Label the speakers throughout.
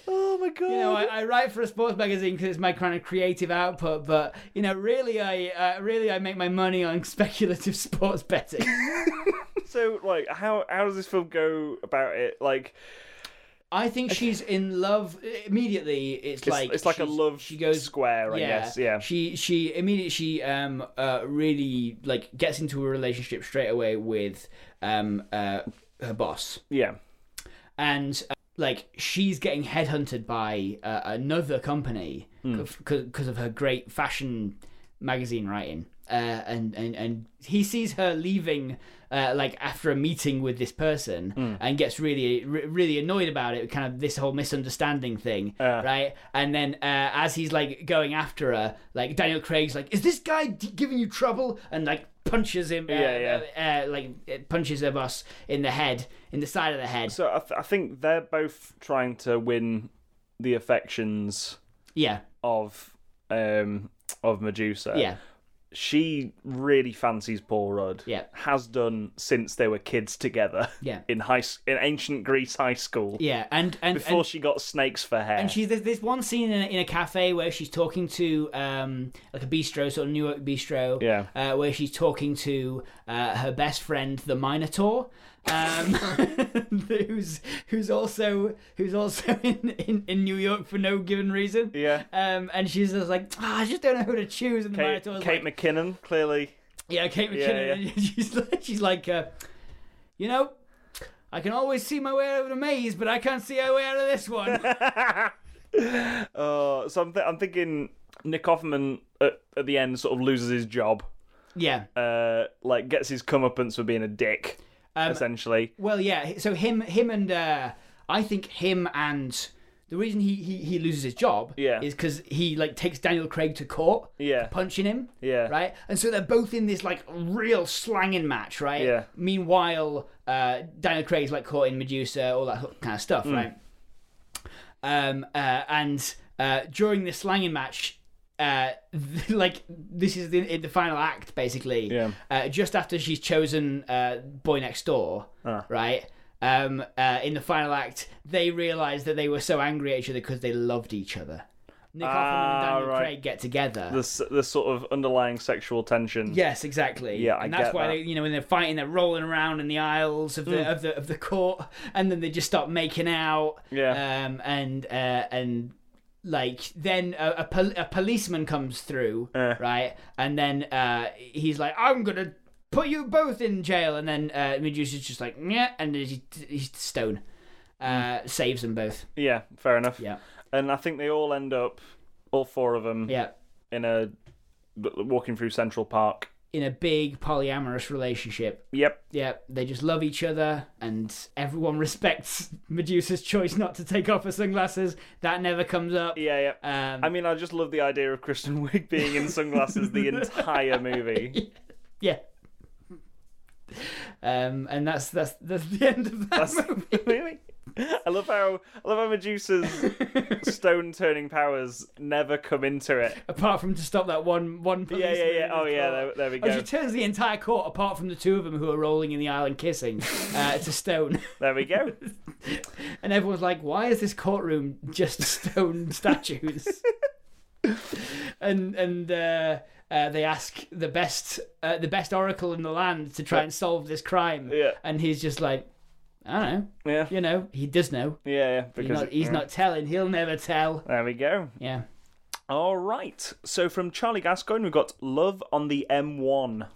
Speaker 1: oh my god
Speaker 2: You know, I, I write for a sports magazine because it's my kind of creative output, but you know, really, I uh, really I make my money on speculative sports betting.
Speaker 1: so like how how does this film go about it like
Speaker 2: I think she's in love uh, immediately. It's,
Speaker 1: it's
Speaker 2: like
Speaker 1: it's like a
Speaker 2: she's-
Speaker 1: love
Speaker 2: She goes
Speaker 1: square i guess yeah
Speaker 2: She she immediately she um uh really like gets into a relationship straight away with um uh her boss
Speaker 1: yeah
Speaker 2: and uh, like she's getting headhunted by uh, another company
Speaker 1: Hmm.
Speaker 2: because of her great fashion magazine writing. Uh, and, and and he sees her leaving uh, like after a meeting with this person
Speaker 1: Hmm.
Speaker 2: and gets really re- really annoyed about it kind of this whole misunderstanding thing right and then uh, as he's like going after her like daniel craig's like is this guy d- giving you trouble and like punches him uh,
Speaker 1: Yeah,
Speaker 2: Uh, uh, like it punches her boss in the head in the side of the head
Speaker 1: So I, th- I think they're both trying to win the affections
Speaker 2: yeah
Speaker 1: of um of Medusa.
Speaker 2: yeah
Speaker 1: She really fancies Paul Rudd.
Speaker 2: Yeah.
Speaker 1: Has done since they were kids together.
Speaker 2: Yeah.
Speaker 1: In high s- in ancient Greece high school.
Speaker 2: yeah and and,
Speaker 1: Before she got snakes for hair.
Speaker 2: And she's there's, there's one scene in a, in a cafe where she's talking to um like a bistro sort of New York bistro
Speaker 1: Yeah.
Speaker 2: uh, where she's talking to uh, her best friend the Minotaur um who's who's also who's also in, in, in New York for no given reason
Speaker 1: Yeah.
Speaker 2: um and she's just like "Ah, I just don't know who to choose and the
Speaker 1: Kate,
Speaker 2: Minotaur's
Speaker 1: Kate
Speaker 2: like,
Speaker 1: McKinnon clearly.
Speaker 2: yeah Kate McKinnon
Speaker 1: yeah.
Speaker 2: and she's like, she's like uh, you know I can always see my way out of the maze but I can't see my way out of this one
Speaker 1: Uh, so I'm, th- I'm thinking Nick Offerman at, at the end sort of loses his job.
Speaker 2: yeah
Speaker 1: Uh, like gets his comeuppance for being a dick.
Speaker 2: Um,
Speaker 1: essentially.
Speaker 2: Well, yeah. So him, him, and uh, I think him and the reason he he, he loses his job
Speaker 1: Yeah.
Speaker 2: is because he like takes Daniel Craig to court,
Speaker 1: Yeah.
Speaker 2: punching him,
Speaker 1: Yeah.
Speaker 2: right. And so they're both in this like real slanging match, right?
Speaker 1: Yeah.
Speaker 2: Meanwhile, uh, Daniel Craig's like caught in Medusa, all that sort of kind of stuff,
Speaker 1: Mm.
Speaker 2: right? Um, uh, and uh, during this slanging match. Uh, like this is the, the final act basically.
Speaker 1: Yeah.
Speaker 2: Uh, just after she's chosen uh, boy next door,
Speaker 1: Ah.
Speaker 2: right? Um, uh, in the final act, they realize that they were so angry at each other because they loved each other. Nick Offerman and
Speaker 1: Ah,
Speaker 2: Daniel
Speaker 1: right.
Speaker 2: Craig get together.
Speaker 1: The, s- the sort of underlying sexual tension.
Speaker 2: Yes, exactly.
Speaker 1: Yeah, I
Speaker 2: and that's
Speaker 1: get
Speaker 2: why
Speaker 1: that. Mm.
Speaker 2: they, you know, when they're fighting, they're rolling around in the aisles of the of the of the court, and then they just start making out.
Speaker 1: Yeah.
Speaker 2: Um, and uh, and like then a a, pol- a policeman comes through, uh,
Speaker 1: Uh,
Speaker 2: right, and then uh, he's like, "I'm gonna put you both in jail," and then uh, Medusa's just like, "Yeah," and then he, he's stone. Uh,
Speaker 1: Mm.
Speaker 2: saves them both.
Speaker 1: Yeah, fair enough.
Speaker 2: Yeah,
Speaker 1: And I think they all end up, all four of them,
Speaker 2: yeah.
Speaker 1: in a walking through Central Park.
Speaker 2: In a big polyamorous relationship,
Speaker 1: Yep.
Speaker 2: Yeah, they just love each other, and everyone respects Medusa's choice not to take off her sunglasses. That never comes up.
Speaker 1: Yeah, yeah.
Speaker 2: Um,
Speaker 1: I mean, I just love the idea of Kristen Wiig being in sunglasses the entire movie.
Speaker 2: yeah. Um, and that's that's that's the end of that
Speaker 1: That's
Speaker 2: movie.
Speaker 1: really. I love how I love how Medusa's stone turning powers never come into it.
Speaker 2: Apart from to stop that one one.
Speaker 1: Yeah,
Speaker 2: policeman
Speaker 1: yeah, yeah.
Speaker 2: in
Speaker 1: Oh,
Speaker 2: the
Speaker 1: yeah.
Speaker 2: car.
Speaker 1: There, there we
Speaker 2: Oh, she
Speaker 1: go.
Speaker 2: turns the entire court, apart from the two of them who are rolling in the aisle and kissing, uh, to stone.
Speaker 1: There we go.
Speaker 2: And everyone's like, "Why is this courtroom just stone statues?" and and uh, uh, they ask the best uh, the best oracle in the land to try and solve this crime.
Speaker 1: Yeah.
Speaker 2: And he's just like, "I don't know.
Speaker 1: Yeah, yeah,
Speaker 2: You know, he does know.
Speaker 1: yeah. Because
Speaker 2: He's not, he's
Speaker 1: yeah.
Speaker 2: not telling. He'll never tell."
Speaker 1: There we go.
Speaker 2: Yeah.
Speaker 1: All right. So from Charlie Gascoigne, we've got Love on the M1.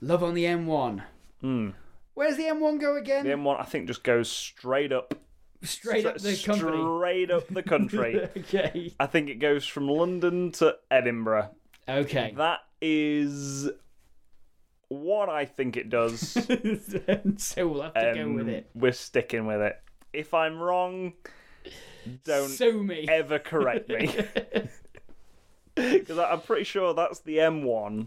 Speaker 2: Love on the M1.
Speaker 1: Hmm.
Speaker 2: Where's the M1 go again?
Speaker 1: The M1, I think, just goes straight up,
Speaker 2: Mm. Straight up the
Speaker 1: straight
Speaker 2: company.
Speaker 1: up the country.
Speaker 2: okay.
Speaker 1: I think it goes from London to Edinburgh.
Speaker 2: Okay.
Speaker 1: That is what I think it does.
Speaker 2: so we'll have to go
Speaker 1: Um,
Speaker 2: with it.
Speaker 1: We're sticking with it. If I'm wrong, don't
Speaker 2: Sue me.
Speaker 1: ever correct me. Because I'm pretty sure that's the M1,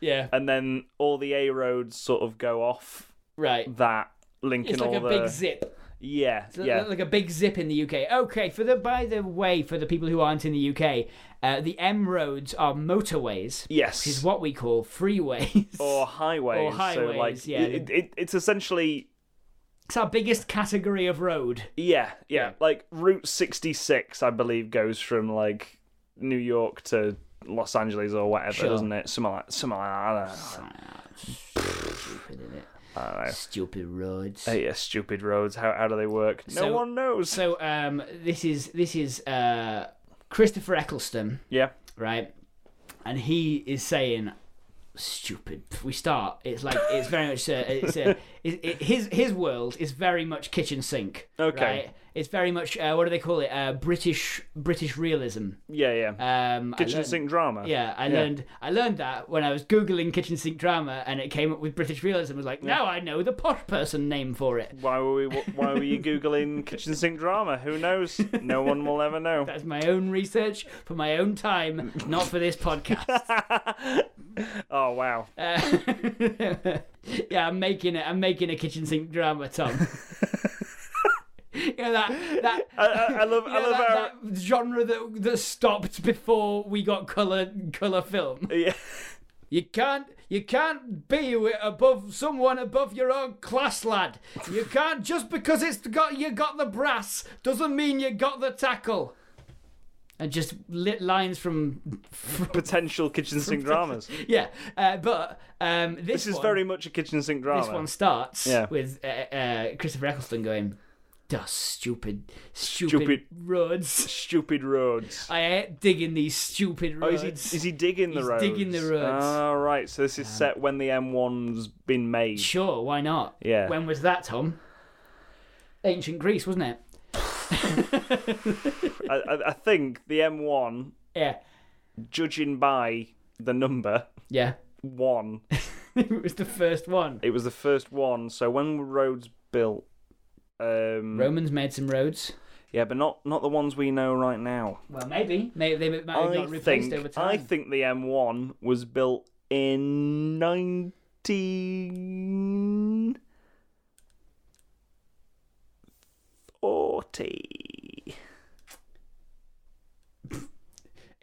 Speaker 2: yeah.
Speaker 1: and then all the A roads sort of go off
Speaker 2: Right.
Speaker 1: that, linking
Speaker 2: It's like
Speaker 1: all
Speaker 2: a
Speaker 1: the
Speaker 2: big zip.
Speaker 1: yeah, yeah.
Speaker 2: Like a big zip in the UK. Okay, for the by the way, for the people who aren't in the UK, uh, the M roads are motorways,
Speaker 1: Yes.
Speaker 2: which is what we call freeways.
Speaker 1: or highways.
Speaker 2: Or
Speaker 1: So like,
Speaker 2: highways, yeah.
Speaker 1: it, it, it's essentially
Speaker 2: it's our biggest category of road.
Speaker 1: yeah, yeah,
Speaker 2: Yeah.
Speaker 1: Like Route 66, I believe, goes from like New York to Los Angeles or whatever,
Speaker 2: Sure.
Speaker 1: doesn't it? Something like, something like that.
Speaker 2: Stupid, isn't it?
Speaker 1: I don't know. I don't know.
Speaker 2: Stupid roads.
Speaker 1: Hey, yeah, stupid roads. How how do they work? No
Speaker 2: So-
Speaker 1: one knows.
Speaker 2: So um, this is this is uh, Christopher Eccleston,
Speaker 1: Yeah,
Speaker 2: right? And he is saying, "Stupid." We start. It's like it's very much a, it's a is, i his his world is very much kitchen sink.
Speaker 1: Okay.
Speaker 2: right? It's very much uh, what do they call it? Uh, British British realism.
Speaker 1: Yeah, yeah.
Speaker 2: Um, I
Speaker 1: Kitchen
Speaker 2: learned-
Speaker 1: sink drama.
Speaker 2: Yeah, I learned I learned that when I was googling kitchen sink drama, and it came up with British realism. I was like, now I know the posh person name for it.
Speaker 1: Why were we? Why were you googling kitchen sink drama? Who knows? No one will ever know.
Speaker 2: That's my own research for my own time, not for this podcast.
Speaker 1: Oh wow.
Speaker 2: Uh, yeah, I'm making it. I'm making a kitchen sink drama, Tom. yeah, that that.
Speaker 1: I, I, I love.
Speaker 2: you
Speaker 1: I
Speaker 2: know,
Speaker 1: love
Speaker 2: that,
Speaker 1: our.
Speaker 2: that genre that that stopped before we got color color film.
Speaker 1: Yeah.
Speaker 2: You can't you can't be wi- above someone above your own class, lad. You can't just because it's got you got the brass doesn't mean you got the tackle. And just lit lines from, from
Speaker 1: Potential kitchen sink dramas.
Speaker 2: yeah, uh, but um, this,
Speaker 1: This is
Speaker 2: one,
Speaker 1: very much a kitchen sink drama.
Speaker 2: this one starts
Speaker 1: Yeah.
Speaker 2: with uh, uh, Christopher Eccleston going, "Dust stupid, stupid,
Speaker 1: Stupid.
Speaker 2: roads.
Speaker 1: Stupid roads.
Speaker 2: I hate digging these stupid
Speaker 1: Oh,
Speaker 2: roads."
Speaker 1: is he, is he digging the
Speaker 2: He's
Speaker 1: roads?
Speaker 2: digging the roads. Um,
Speaker 1: Ah, right. So this is set when the M1's been made.
Speaker 2: Sure, why not?
Speaker 1: Yeah.
Speaker 2: When was that, Tom? Ancient Greece, wasn't it?
Speaker 1: I, I, I think the M1,
Speaker 2: Yeah.
Speaker 1: judging by the number
Speaker 2: Yeah.
Speaker 1: one,
Speaker 2: it was the first one.
Speaker 1: it was the first one. So when were roads built? Um,
Speaker 2: Romans made some roads.
Speaker 1: Yeah, but not not the ones we know right now.
Speaker 2: Well, maybe. Maybe they might have got
Speaker 1: I
Speaker 2: replaced
Speaker 1: think
Speaker 2: over time.
Speaker 1: I think the M1 was built in 1940.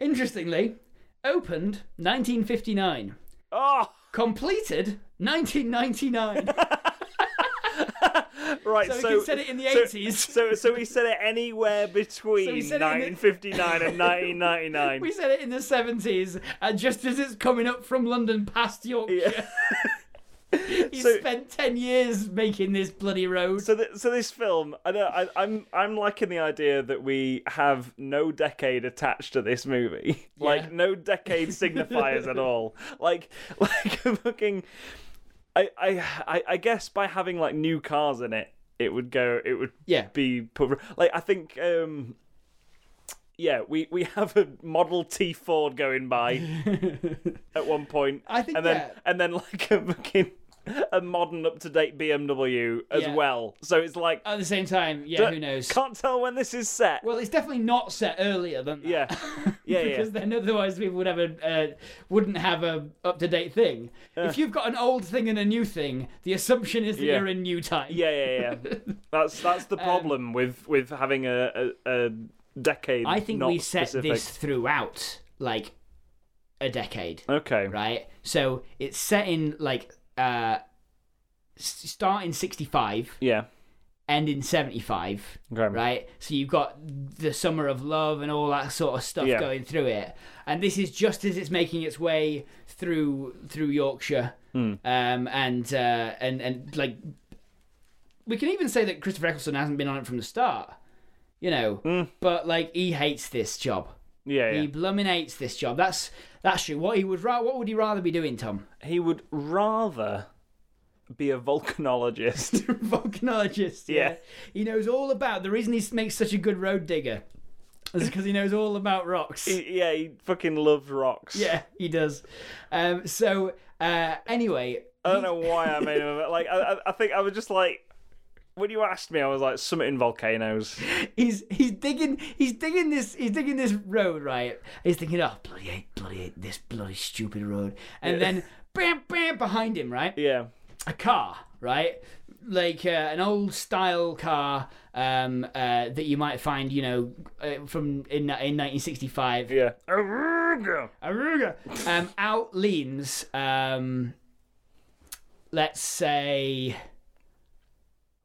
Speaker 2: Interestingly, opened 1959,
Speaker 1: Oh,
Speaker 2: completed 1999.
Speaker 1: right.
Speaker 2: So he
Speaker 1: So,
Speaker 2: can set it in the
Speaker 1: so-
Speaker 2: 80s.
Speaker 1: So, so we set it anywhere between
Speaker 2: So we set it in the-
Speaker 1: 1959 and 1999.
Speaker 2: we said it in the 70s, and just as it's coming up from London past Yorkshire,
Speaker 1: Yeah.
Speaker 2: he
Speaker 1: So-
Speaker 2: spent 10 years making this bloody road.
Speaker 1: So, th- so this film, I know, I, I'm, I'm liking the idea that we have no decade attached to this movie,
Speaker 2: Yeah.
Speaker 1: like no decade signifiers at all. Like, like a fucking, I, I, I, I guess by having like new cars in it, it would go, it would
Speaker 2: Yeah.
Speaker 1: be put. Like, I think, um, yeah, we we have a Model T Ford going by at one point.
Speaker 2: I think
Speaker 1: and then
Speaker 2: that-
Speaker 1: and then like a fucking. A modern, up-to-date BMW as
Speaker 2: Yeah.
Speaker 1: well, so it's like
Speaker 2: At the same time, yeah, who knows?
Speaker 1: can't tell when this is set.
Speaker 2: Well, it's definitely not set earlier than that.
Speaker 1: yeah, yeah, yeah.
Speaker 2: because then otherwise people would have a uh, wouldn't have a up to date thing. if you've got an old thing and a new thing, the assumption is that
Speaker 1: Yeah.
Speaker 2: you're in new time.
Speaker 1: yeah, yeah, yeah. That's that's
Speaker 2: Um,
Speaker 1: the problem with with having a, a, a decade.
Speaker 2: I think
Speaker 1: not
Speaker 2: we set
Speaker 1: specific.
Speaker 2: this throughout like a decade,
Speaker 1: Okay.
Speaker 2: right? So it's set in like uh s- start in 65
Speaker 1: Yeah.
Speaker 2: end in 75
Speaker 1: Okay.
Speaker 2: right? So you've got the summer of love and all that sort of stuff
Speaker 1: Yeah.
Speaker 2: going through it, and this is just as it's making its way through through Yorkshire,
Speaker 1: Hmm.
Speaker 2: um, and uh, and and like we can even say that Christopher Eccleston hasn't been on it from the start, you know, but like he hates this job.
Speaker 1: Yeah. Hmm. yeah.
Speaker 2: He
Speaker 1: He...
Speaker 2: blooming hates this job. That's that's true. What he would ra- what would he rather be doing, Tom?
Speaker 1: would rather be a volcanologist.
Speaker 2: volcanologist. Yeah.
Speaker 1: Yeah.
Speaker 2: he knows all about. The reason he makes such a good road digger is because he knows all about rocks.
Speaker 1: He- yeah, he fucking loved rocks.
Speaker 2: Yeah, he does. Um, so uh, anyway,
Speaker 1: I don't know why I made him. Like, I, I- I think I was just like. When you asked me, I was like summiting volcanoes.
Speaker 2: he's he's digging he's digging this he's digging this road right. He's thinking, oh bloody hate, bloody hate this bloody stupid road, and then bam bam behind him right.
Speaker 1: Yeah,
Speaker 2: a car, right? Like uh, an old style car um, uh, that you might find, you know, uh, from in in 1965.
Speaker 1: yeah. Aruga.
Speaker 2: Aruga. Um, out leans, um, let's say,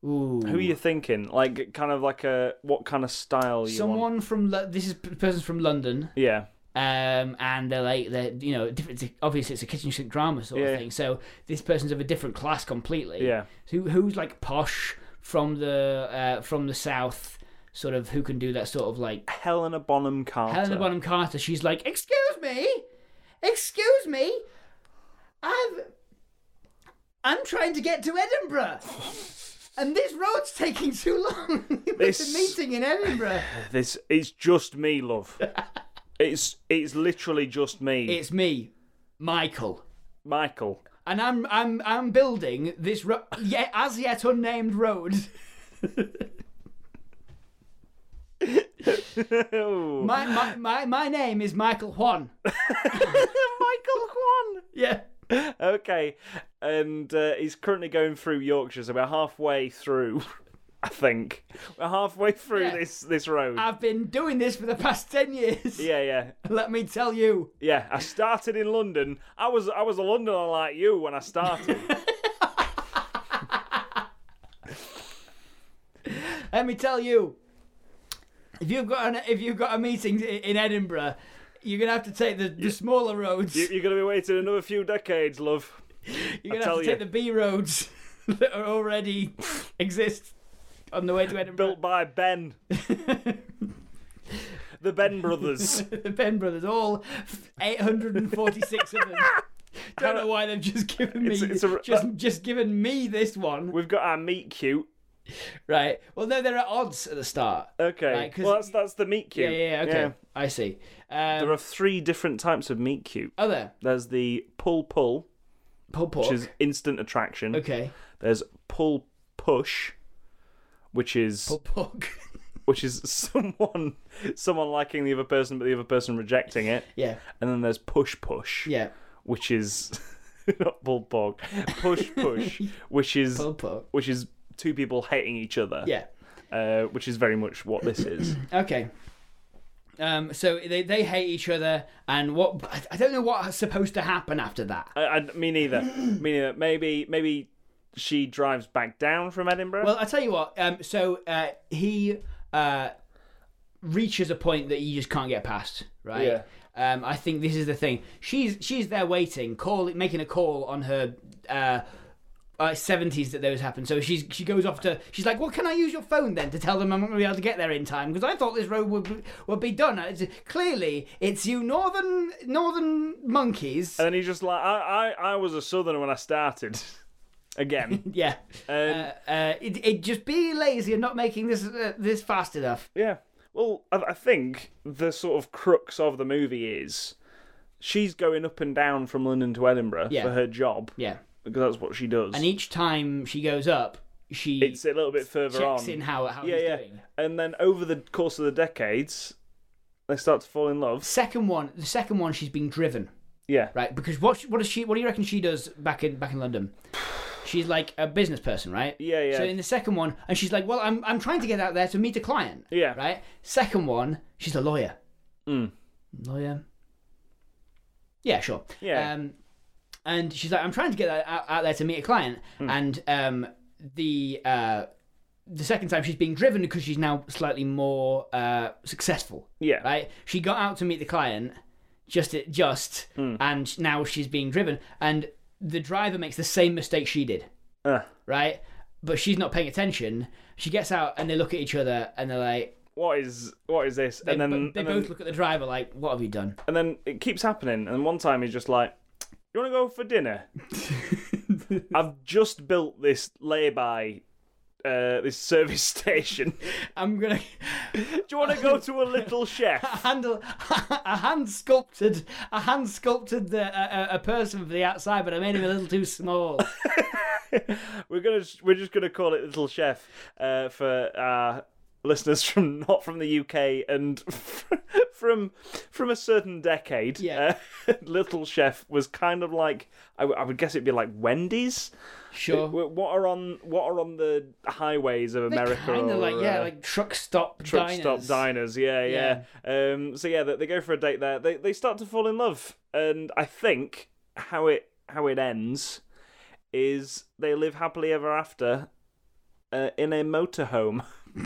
Speaker 2: ooh,
Speaker 1: Who are you thinking? Like, kind of like a what kind of style you want?
Speaker 2: someone from Lo- this is person's from London.
Speaker 1: Yeah.
Speaker 2: um, and they're like they're you know different. it's- Obviously, it's a kitchen sink drama sort
Speaker 1: Yeah.
Speaker 2: of thing. So this person's of a different class completely.
Speaker 1: Yeah.
Speaker 2: Who who's like posh from the uh, from the south, sort of who can do that sort of like
Speaker 1: Helena Bonham Carter.
Speaker 2: Helena Bonham Carter. She's like, excuse me, excuse me, I've I'm trying to get to Edinburgh. And this road's taking too long. There's
Speaker 1: This-
Speaker 2: a meeting in Edinburgh.
Speaker 1: This it's just me, love. it's it's literally just me,
Speaker 2: It's me, Michael.
Speaker 1: Michael.
Speaker 2: And I'm I'm I'm building this ro- yet as yet unnamed road.
Speaker 1: Oh.
Speaker 2: My my my, my name is Michael Juan.
Speaker 1: Michael Juan.
Speaker 2: Yeah.
Speaker 1: Okay, and uh, he's currently going through Yorkshire, so we're halfway through. I think we're halfway through
Speaker 2: Yeah.
Speaker 1: this this road.
Speaker 2: I've been doing this for the past 10 years.
Speaker 1: yeah, yeah,
Speaker 2: Let me tell you.
Speaker 1: yeah. I started in London. I was I was a Londoner like you when I started.
Speaker 2: Let me tell you. If you've got an, if you've got a meeting i- in Edinburgh, you're going to have to take the, the smaller roads.
Speaker 1: You- You're gonna be waiting another few decades, love.
Speaker 2: You're gonna
Speaker 1: tell
Speaker 2: have
Speaker 1: you.
Speaker 2: to take the B roads that are already exist on the way to Edinburgh.
Speaker 1: Built by Ben, the Ben brothers.
Speaker 2: the Ben brothers, all 846 of them. Don't know why they've just given me
Speaker 1: It's- it's a- uh,
Speaker 2: just just given me this one.
Speaker 1: We've got our meet cute.
Speaker 2: Right. Well, no, they're at odds at the start.
Speaker 1: Okay,
Speaker 2: Right, 'cause-
Speaker 1: well that's that's the meet
Speaker 2: Yeah,
Speaker 1: cute.
Speaker 2: yeah, yeah, okay. I see. Um,
Speaker 1: There are three different types of meet cute.
Speaker 2: oh, there.
Speaker 1: There's the pull pull,
Speaker 2: Pull pork.
Speaker 1: which is instant attraction.
Speaker 2: Okay.
Speaker 1: There's pull push, which is
Speaker 2: Pull pork.
Speaker 1: which is someone someone liking the other person but the other person rejecting it.
Speaker 2: yeah.
Speaker 1: And then there's push push,
Speaker 2: Yeah.
Speaker 1: which is not pull pork. Push push, which is
Speaker 2: Pull pork.
Speaker 1: which is two people hating each other.
Speaker 2: Yeah.
Speaker 1: Uh, which is very much what this is.
Speaker 2: Okay. Um, so they, they hate each other, and what I- I don't know what's supposed to happen after that.
Speaker 1: I, I, me neither. Me neither. Maybe maybe she drives back down from Edinburgh.
Speaker 2: Well, I tell you what. Um, so uh, he uh, reaches a point that you just can't get past, right?
Speaker 1: Yeah.
Speaker 2: Um, I think this is the thing. She's she's there waiting, call making a call on her. Uh, uh, 70s that those happened. So she's she goes off to she's like, well, can I use your phone then to tell them I'm not going to be able to get there in time because I thought this road would be, would be done. And It's, clearly, it's you northern northern monkeys.
Speaker 1: and then he's just like, I, I, I was a southerner when I started. Again.
Speaker 2: yeah,
Speaker 1: And
Speaker 2: uh, uh, it, it just be lazy and not making this uh, this fast enough.
Speaker 1: Yeah. Well, I, I think the sort of crux of the movie is she's going up and down from London to Edinburgh
Speaker 2: Yeah.
Speaker 1: for her job
Speaker 2: Yeah.
Speaker 1: because that's what she does.
Speaker 2: And each time she goes up, she
Speaker 1: it's a little bit further
Speaker 2: checks
Speaker 1: on.
Speaker 2: in how, how
Speaker 1: yeah,
Speaker 2: he's
Speaker 1: yeah.
Speaker 2: doing.
Speaker 1: And then over the course of the decades, they start to fall in love.
Speaker 2: Second one, the second one, she's being driven
Speaker 1: Yeah.
Speaker 2: right because what she, what does she what do you reckon she does back in back in London? She's like a business person, right?
Speaker 1: Yeah, yeah.
Speaker 2: So in the second one, and she's like, well, I'm I'm trying to get out there to meet a client.
Speaker 1: Yeah.
Speaker 2: Right. Second one, she's a lawyer.
Speaker 1: Mm.
Speaker 2: Lawyer. Yeah, sure.
Speaker 1: Yeah.
Speaker 2: Um, and she's like, I'm trying to get out, out there to meet a client, and um, the uh, the second time she's being driven because she's now slightly more uh, successful.
Speaker 1: Yeah.
Speaker 2: Right. She got out to meet the client, just just, and now she's being driven, and the driver makes the same mistake she did
Speaker 1: Uh,
Speaker 2: right? But she's not paying attention. She gets out and they look at each other and they're like,
Speaker 1: what is what is this? and
Speaker 2: they,
Speaker 1: then
Speaker 2: they
Speaker 1: and,
Speaker 2: both
Speaker 1: then
Speaker 2: look at the driver like, what have you done?
Speaker 1: and then it keeps happening. And one time he's just like, "You want to go for dinner? I've just built this lay-by, uh, this service station."
Speaker 2: I'm gonna
Speaker 1: Do you want to go to a little chef?
Speaker 2: handle a hand sculpted, a hand sculpted the, a, a- a person for the outside, but I made him a little too small.
Speaker 1: We're gonna we're just gonna call it little chef uh, for our listeners from not from the UK and from from a certain decade.
Speaker 2: Yeah.
Speaker 1: Uh, little chef was kind of like I, w- I would guess it'd be like Wendy's.
Speaker 2: Sure.
Speaker 1: Wh- What are on what are on the highways of America?
Speaker 2: Kind
Speaker 1: or,
Speaker 2: of like yeah,
Speaker 1: uh,
Speaker 2: like truck stop
Speaker 1: truck
Speaker 2: diners.
Speaker 1: stop diners. Yeah, yeah. Um, so yeah, they, they go for a date there. They they start to fall in love, and I think how it how it ends is they live happily ever after uh, in a motorhome.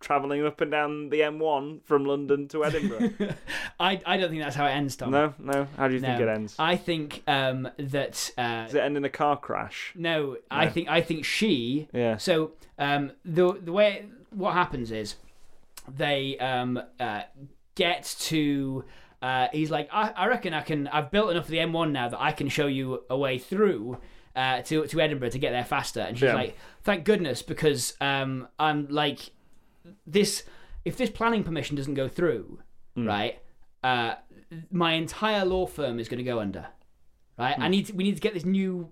Speaker 1: Traveling up and down the M1 from London to Edinburgh.
Speaker 2: I, I don't think that's how it ends, Tom.
Speaker 1: no, no. How do you think
Speaker 2: No.
Speaker 1: it ends?
Speaker 2: I think um, that uh,
Speaker 1: Does it end in a car crash?
Speaker 2: No, I think I think she.
Speaker 1: Yeah.
Speaker 2: So um, the the way what happens is they um, uh, get to. Uh, he's like, I, I reckon I can. I've built enough of the M1 now that I can show you a way through. uh, to to Edinburgh to get there faster. And she's
Speaker 1: Yeah.
Speaker 2: like, "Thank goodness, because um, I'm like this. If this planning permission doesn't go through, right, uh, my entire law firm is going to go under. Right, I need to, we need to get this new."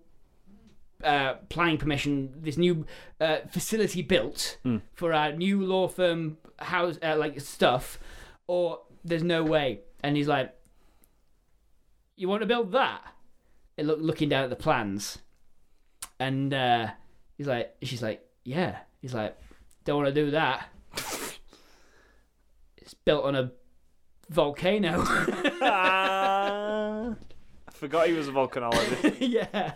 Speaker 2: Uh, planning permission, this new uh, facility built for our new law firm house, uh, like stuff, or there's no way. And he's like, you want to build that? It look, looking down at the plans, and uh, he's like, she's like, yeah. He's like, don't want to do that. it's built on a volcano.
Speaker 1: Ah, I forgot he was a volcanologist.
Speaker 2: yeah.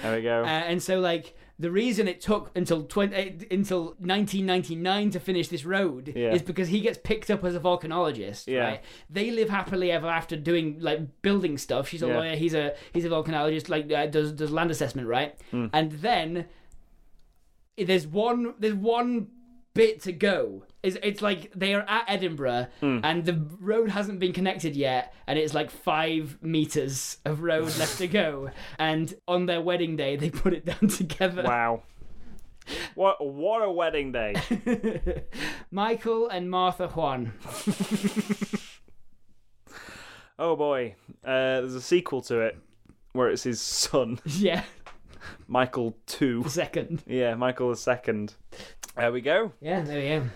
Speaker 1: There we go.
Speaker 2: Uh, and so like the reason it took until 20, eh, until 1999 to finish this road
Speaker 1: Yeah.
Speaker 2: is because he gets picked up as a volcanologist.
Speaker 1: Yeah.
Speaker 2: Right? They live happily ever after doing like building stuff. She's a
Speaker 1: Yeah.
Speaker 2: lawyer. He's a he's a volcanologist. Like uh, does does land assessment right.
Speaker 1: Hmm.
Speaker 2: And then eh, there's one there's one bit to go. It's, it's like they are at Edinburgh
Speaker 1: Hmm.
Speaker 2: and the road hasn't been connected yet, and it's like five meters of road left to go. And on their wedding day, they put it down together.
Speaker 1: Wow. What what a wedding day.
Speaker 2: Michael and Martha Juan.
Speaker 1: Oh boy. Uh, there's a sequel to it where it's his son,
Speaker 2: yeah,
Speaker 1: Michael 2.
Speaker 2: second.
Speaker 1: Yeah, Michael the second. There we go.
Speaker 2: Yeah, there we go.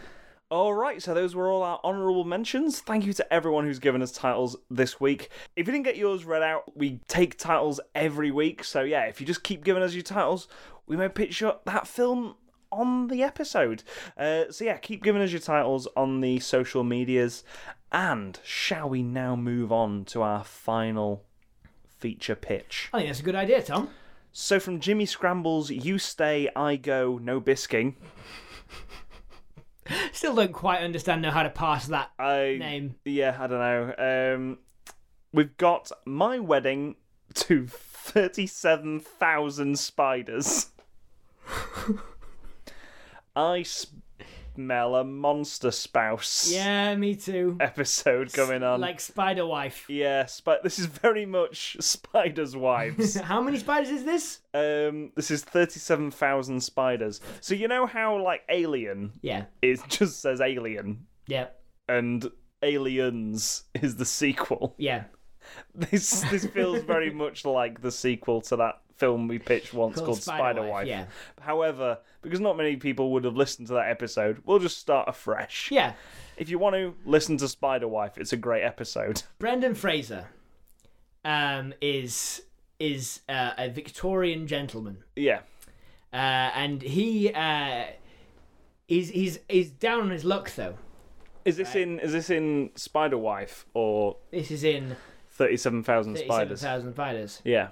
Speaker 1: All right, so those were all our honourable mentions. Thank you to everyone who's given us titles this week. If you didn't get yours read out, we take titles every week. So yeah, if you just keep giving us your titles, we may pitch up that film on the episode. Uh, so yeah, keep giving us your titles on the social medias. And shall we now move on to our final feature pitch?
Speaker 2: I think that's a good idea, Tom.
Speaker 1: So from Jimmy Scrambles, you stay, I go, no bisking.
Speaker 2: Still don't quite understand know how to pass that
Speaker 1: I
Speaker 2: name.
Speaker 1: Yeah, I don't know. Um, we've got my wedding to thirty-seven thousand spiders. I smell a monster spouse.
Speaker 2: Yeah, me too.
Speaker 1: Episode coming on.
Speaker 2: Like Spider Wife.
Speaker 1: yeah, spi- this is very much spiders' wives.
Speaker 2: How many spiders is this?
Speaker 1: um, this is thirty-seven thousand spiders. So you know how like Alien,
Speaker 2: Yeah,
Speaker 1: it just says Alien,
Speaker 2: yeah,
Speaker 1: and Aliens is the sequel.
Speaker 2: yeah.
Speaker 1: This this feels very much like the sequel to that film we pitched once called, Spider Wife.
Speaker 2: Yeah,
Speaker 1: However, because not many people would have listened to that episode, we'll just start afresh.
Speaker 2: yeah.
Speaker 1: If you want to listen to Spider Wife, it's a great episode.
Speaker 2: Brendan Fraser um, is is uh, a Victorian gentleman,
Speaker 1: Yeah.
Speaker 2: uh, and he uh, is he's is down on his luck though.
Speaker 1: Is this in is this in Spider Wife or
Speaker 2: This is in
Speaker 1: thirty seven thousand
Speaker 2: thirty-seven
Speaker 1: spiders?
Speaker 2: thousand spiders.
Speaker 1: Yeah.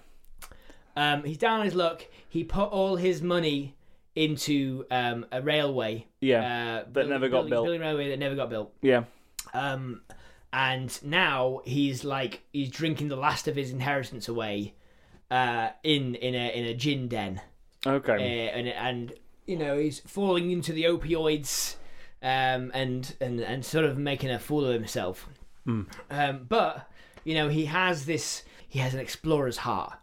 Speaker 2: Um, he's down on his luck. He put all his money into um, a railway
Speaker 1: Yeah.
Speaker 2: uh, that
Speaker 1: never got built.
Speaker 2: Building a railway that never got built.
Speaker 1: yeah.
Speaker 2: Um, and now he's like he's drinking the last of his inheritance away, uh, in in a in a gin den, uh,
Speaker 1: Okay.
Speaker 2: and and you know he's falling into the opioids, um, and and and sort of making a fool of himself.
Speaker 1: Mm.
Speaker 2: Um, but you know he has this he has an explorer's heart.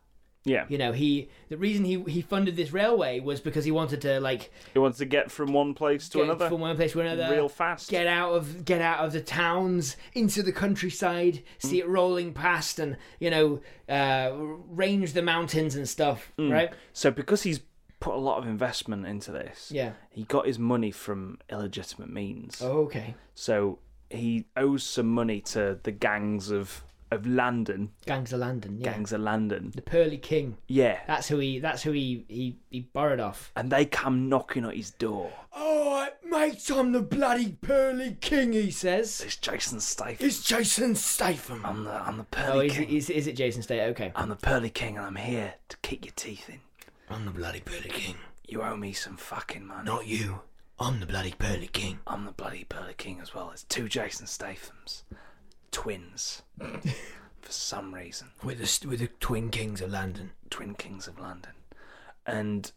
Speaker 1: yeah.
Speaker 2: You know he the reason he he funded this railway was because he wanted to like
Speaker 1: He wants to get from one place to
Speaker 2: get
Speaker 1: another
Speaker 2: from one place to another
Speaker 1: real fast.
Speaker 2: get out of get out of the towns into the countryside
Speaker 1: Mm.
Speaker 2: see it rolling past and you know uh range the mountains and stuff
Speaker 1: Mm.
Speaker 2: right
Speaker 1: so because he's put a lot of investment into this,
Speaker 2: yeah
Speaker 1: he got his money from illegitimate means.
Speaker 2: okay
Speaker 1: So he owes some money to the gangs of of London,
Speaker 2: gangs of london yeah
Speaker 1: gangs of London.
Speaker 2: the pearly king
Speaker 1: Yeah,
Speaker 2: that's who he that's who he he, he borrowed off
Speaker 1: and they come knocking at his door.
Speaker 2: oh mate i'm the bloody pearly king he says
Speaker 1: It's Jason Statham.
Speaker 2: it's jason statham
Speaker 1: I'm the I'm the
Speaker 2: oh
Speaker 1: pearly
Speaker 2: is,
Speaker 1: king.
Speaker 2: it- is, is it jason statham okay
Speaker 1: I'm the pearly king, and I'm here to kick your teeth in.
Speaker 3: I'm the bloody pearly king.
Speaker 1: You owe me some fucking money.
Speaker 3: Not you. I'm the bloody pearly king.
Speaker 1: I'm the bloody pearly king as well. It's two Jason Stathams, twins. For some reason,
Speaker 3: We're the, st- we're the twin kings of London.
Speaker 1: twin kings of London, and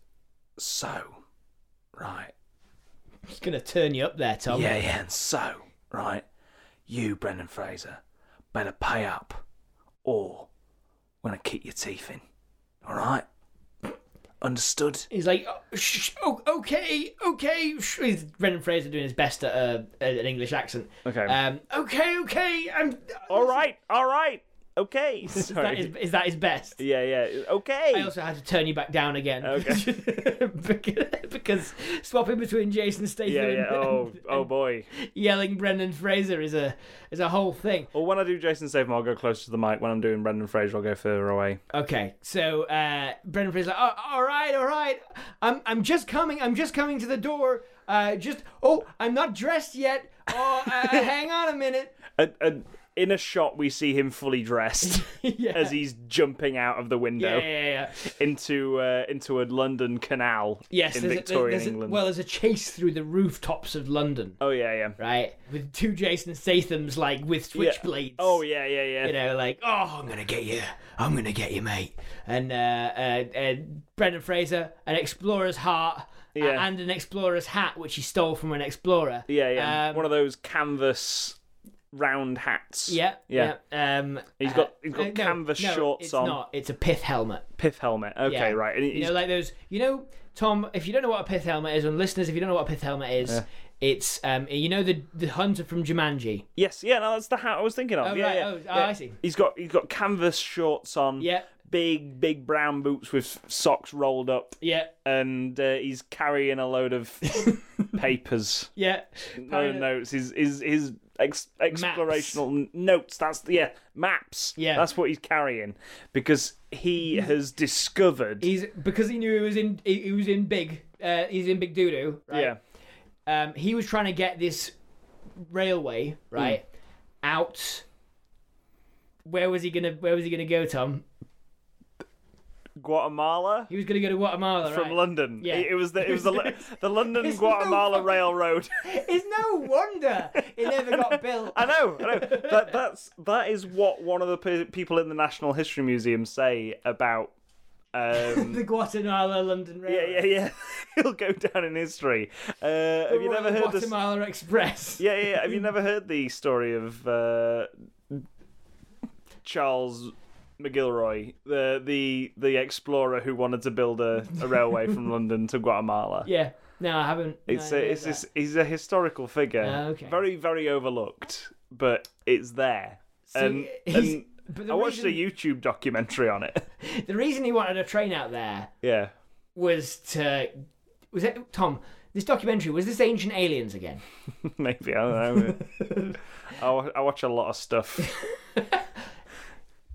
Speaker 1: so, right.
Speaker 2: it's gonna turn you up there tom
Speaker 1: Yeah, yeah, and so, right, you, Brendan Fraser, better pay up, or we're gonna kick your teeth in, alright? Understood.
Speaker 2: He's like, oh, sh- sh- oh, okay, okay. Sh- he's Brendan Fraser doing his best at uh, an English accent.
Speaker 1: Okay.
Speaker 2: Um, okay, okay. I'm.
Speaker 1: all right, all right, okay.
Speaker 2: Is that,
Speaker 1: Sorry.
Speaker 2: his, is that his best?
Speaker 1: Yeah, yeah.
Speaker 2: I
Speaker 1: Okay.
Speaker 2: also had to turn you back down again. Okay. because swapping between Jason Statham
Speaker 1: Yeah,
Speaker 2: and-
Speaker 1: yeah. Oh,
Speaker 2: and
Speaker 1: oh boy.
Speaker 2: yelling Brendan Fraser is a is a whole thing.
Speaker 1: Well, when I do Jason Statham, I'll go closer to the mic. When I'm doing Brendan Fraser, I'll go further away.
Speaker 2: Okay, so uh, Brendan Fraser, like, oh, all right, all right, I'm I'm just coming, I'm just coming to the door. Uh, just oh, I'm not dressed yet. Oh, uh, hang on a minute.
Speaker 1: And, and in a shot, we see him fully dressed
Speaker 2: Yeah.
Speaker 1: as he's jumping out of the
Speaker 2: yeah,
Speaker 1: window
Speaker 2: yeah, yeah, yeah.
Speaker 1: into uh, into a London canal
Speaker 2: Yes,
Speaker 1: in
Speaker 2: there's a-
Speaker 1: Victorian
Speaker 2: there's a-
Speaker 1: England.
Speaker 2: well, there's a chase through the rooftops of London,
Speaker 1: oh yeah, yeah.
Speaker 2: right? With two Jason Stathams like with
Speaker 1: Yeah.
Speaker 2: switchblades.
Speaker 1: Oh yeah, yeah, yeah.
Speaker 2: you know, like oh,
Speaker 3: I'm gonna get you. I'm gonna get you, mate.
Speaker 2: and uh, uh, uh, Brendan Fraser, an explorer's heart, a-
Speaker 1: Yeah.
Speaker 2: and an explorer's hat, which he stole from an explorer.
Speaker 1: yeah, yeah.
Speaker 2: Um,
Speaker 1: One of those canvas round hats.
Speaker 2: Yeah,
Speaker 1: Yeah.
Speaker 2: yeah. Um,
Speaker 1: He's got-
Speaker 2: uh,
Speaker 1: he's got
Speaker 2: uh, no,
Speaker 1: canvas
Speaker 2: no,
Speaker 1: shorts
Speaker 2: it's
Speaker 1: on.
Speaker 2: Not. It's a pith helmet.
Speaker 1: Pith helmet. Okay,
Speaker 2: Yeah.
Speaker 1: right. And he's,
Speaker 2: You know, like those. You know, Tom. If you don't know what a pith helmet is, and listeners, if you don't know what a pith helmet is, it's um, you know the the hunter from Jumanji.
Speaker 1: yes, yeah. No, that's the hat I was thinking of.
Speaker 2: Oh,
Speaker 1: yeah,
Speaker 2: right.
Speaker 1: yeah,
Speaker 2: Oh, oh,
Speaker 1: yeah.
Speaker 2: I see.
Speaker 1: He's got he's got canvas shorts on.
Speaker 2: Yeah,
Speaker 1: Big big brown boots with socks rolled up,
Speaker 2: yeah,
Speaker 1: and uh, he's carrying a load of papers.
Speaker 2: yeah.
Speaker 1: No notes. His his his ex- explorational n- notes. That's yeah maps.
Speaker 2: Yeah.
Speaker 1: that's what he's carrying because he has discovered.
Speaker 2: He's because he knew he was in he, he was in big. Uh, he's in big doo doo. Right?
Speaker 1: Yeah, Hmm.
Speaker 2: um, he was trying to get this railway right out. Where was he gonna? Where was he gonna go, Tom?
Speaker 1: Guatemala.
Speaker 2: He was gonna go to Guatemala.
Speaker 1: From
Speaker 2: right?
Speaker 1: London,
Speaker 2: Yeah.
Speaker 1: it, it was the it was the Lo- the London
Speaker 2: It's no
Speaker 1: Guatemala
Speaker 2: fucking-
Speaker 1: Railroad.
Speaker 2: It's no wonder it never got built.
Speaker 1: I know, I know. That that's that is what one of the pe- people in the National History Museum say about. Um,
Speaker 2: the Guatemala London
Speaker 1: yeah,
Speaker 2: Railway.
Speaker 1: yeah, yeah. He'll go down in history. Uh, have you
Speaker 2: Royal
Speaker 1: never heard this?
Speaker 2: Guatemala Express.
Speaker 1: Yeah, yeah. yeah. Have you never heard the story of uh, Charles McGilroy, the the the explorer who wanted to build a, a railway from London to Guatemala?
Speaker 2: Yeah. No, I haven't. no,
Speaker 1: It's
Speaker 2: I
Speaker 1: a,
Speaker 2: didn't
Speaker 1: it's
Speaker 2: know
Speaker 1: this,
Speaker 2: that.
Speaker 1: he's a historical figure.
Speaker 2: Ah, okay.
Speaker 1: Very very overlooked, but it's there.
Speaker 2: So
Speaker 1: and
Speaker 2: he's-
Speaker 1: and
Speaker 2: but
Speaker 1: I
Speaker 2: the
Speaker 1: watched a
Speaker 2: reason-
Speaker 1: YouTube documentary on it.
Speaker 2: The reason he wanted a train out there
Speaker 1: yeah.
Speaker 2: was to was it Tom. This documentary was this Ancient Aliens again?
Speaker 1: Maybe I don't know. I, wa- I watch a lot of stuff.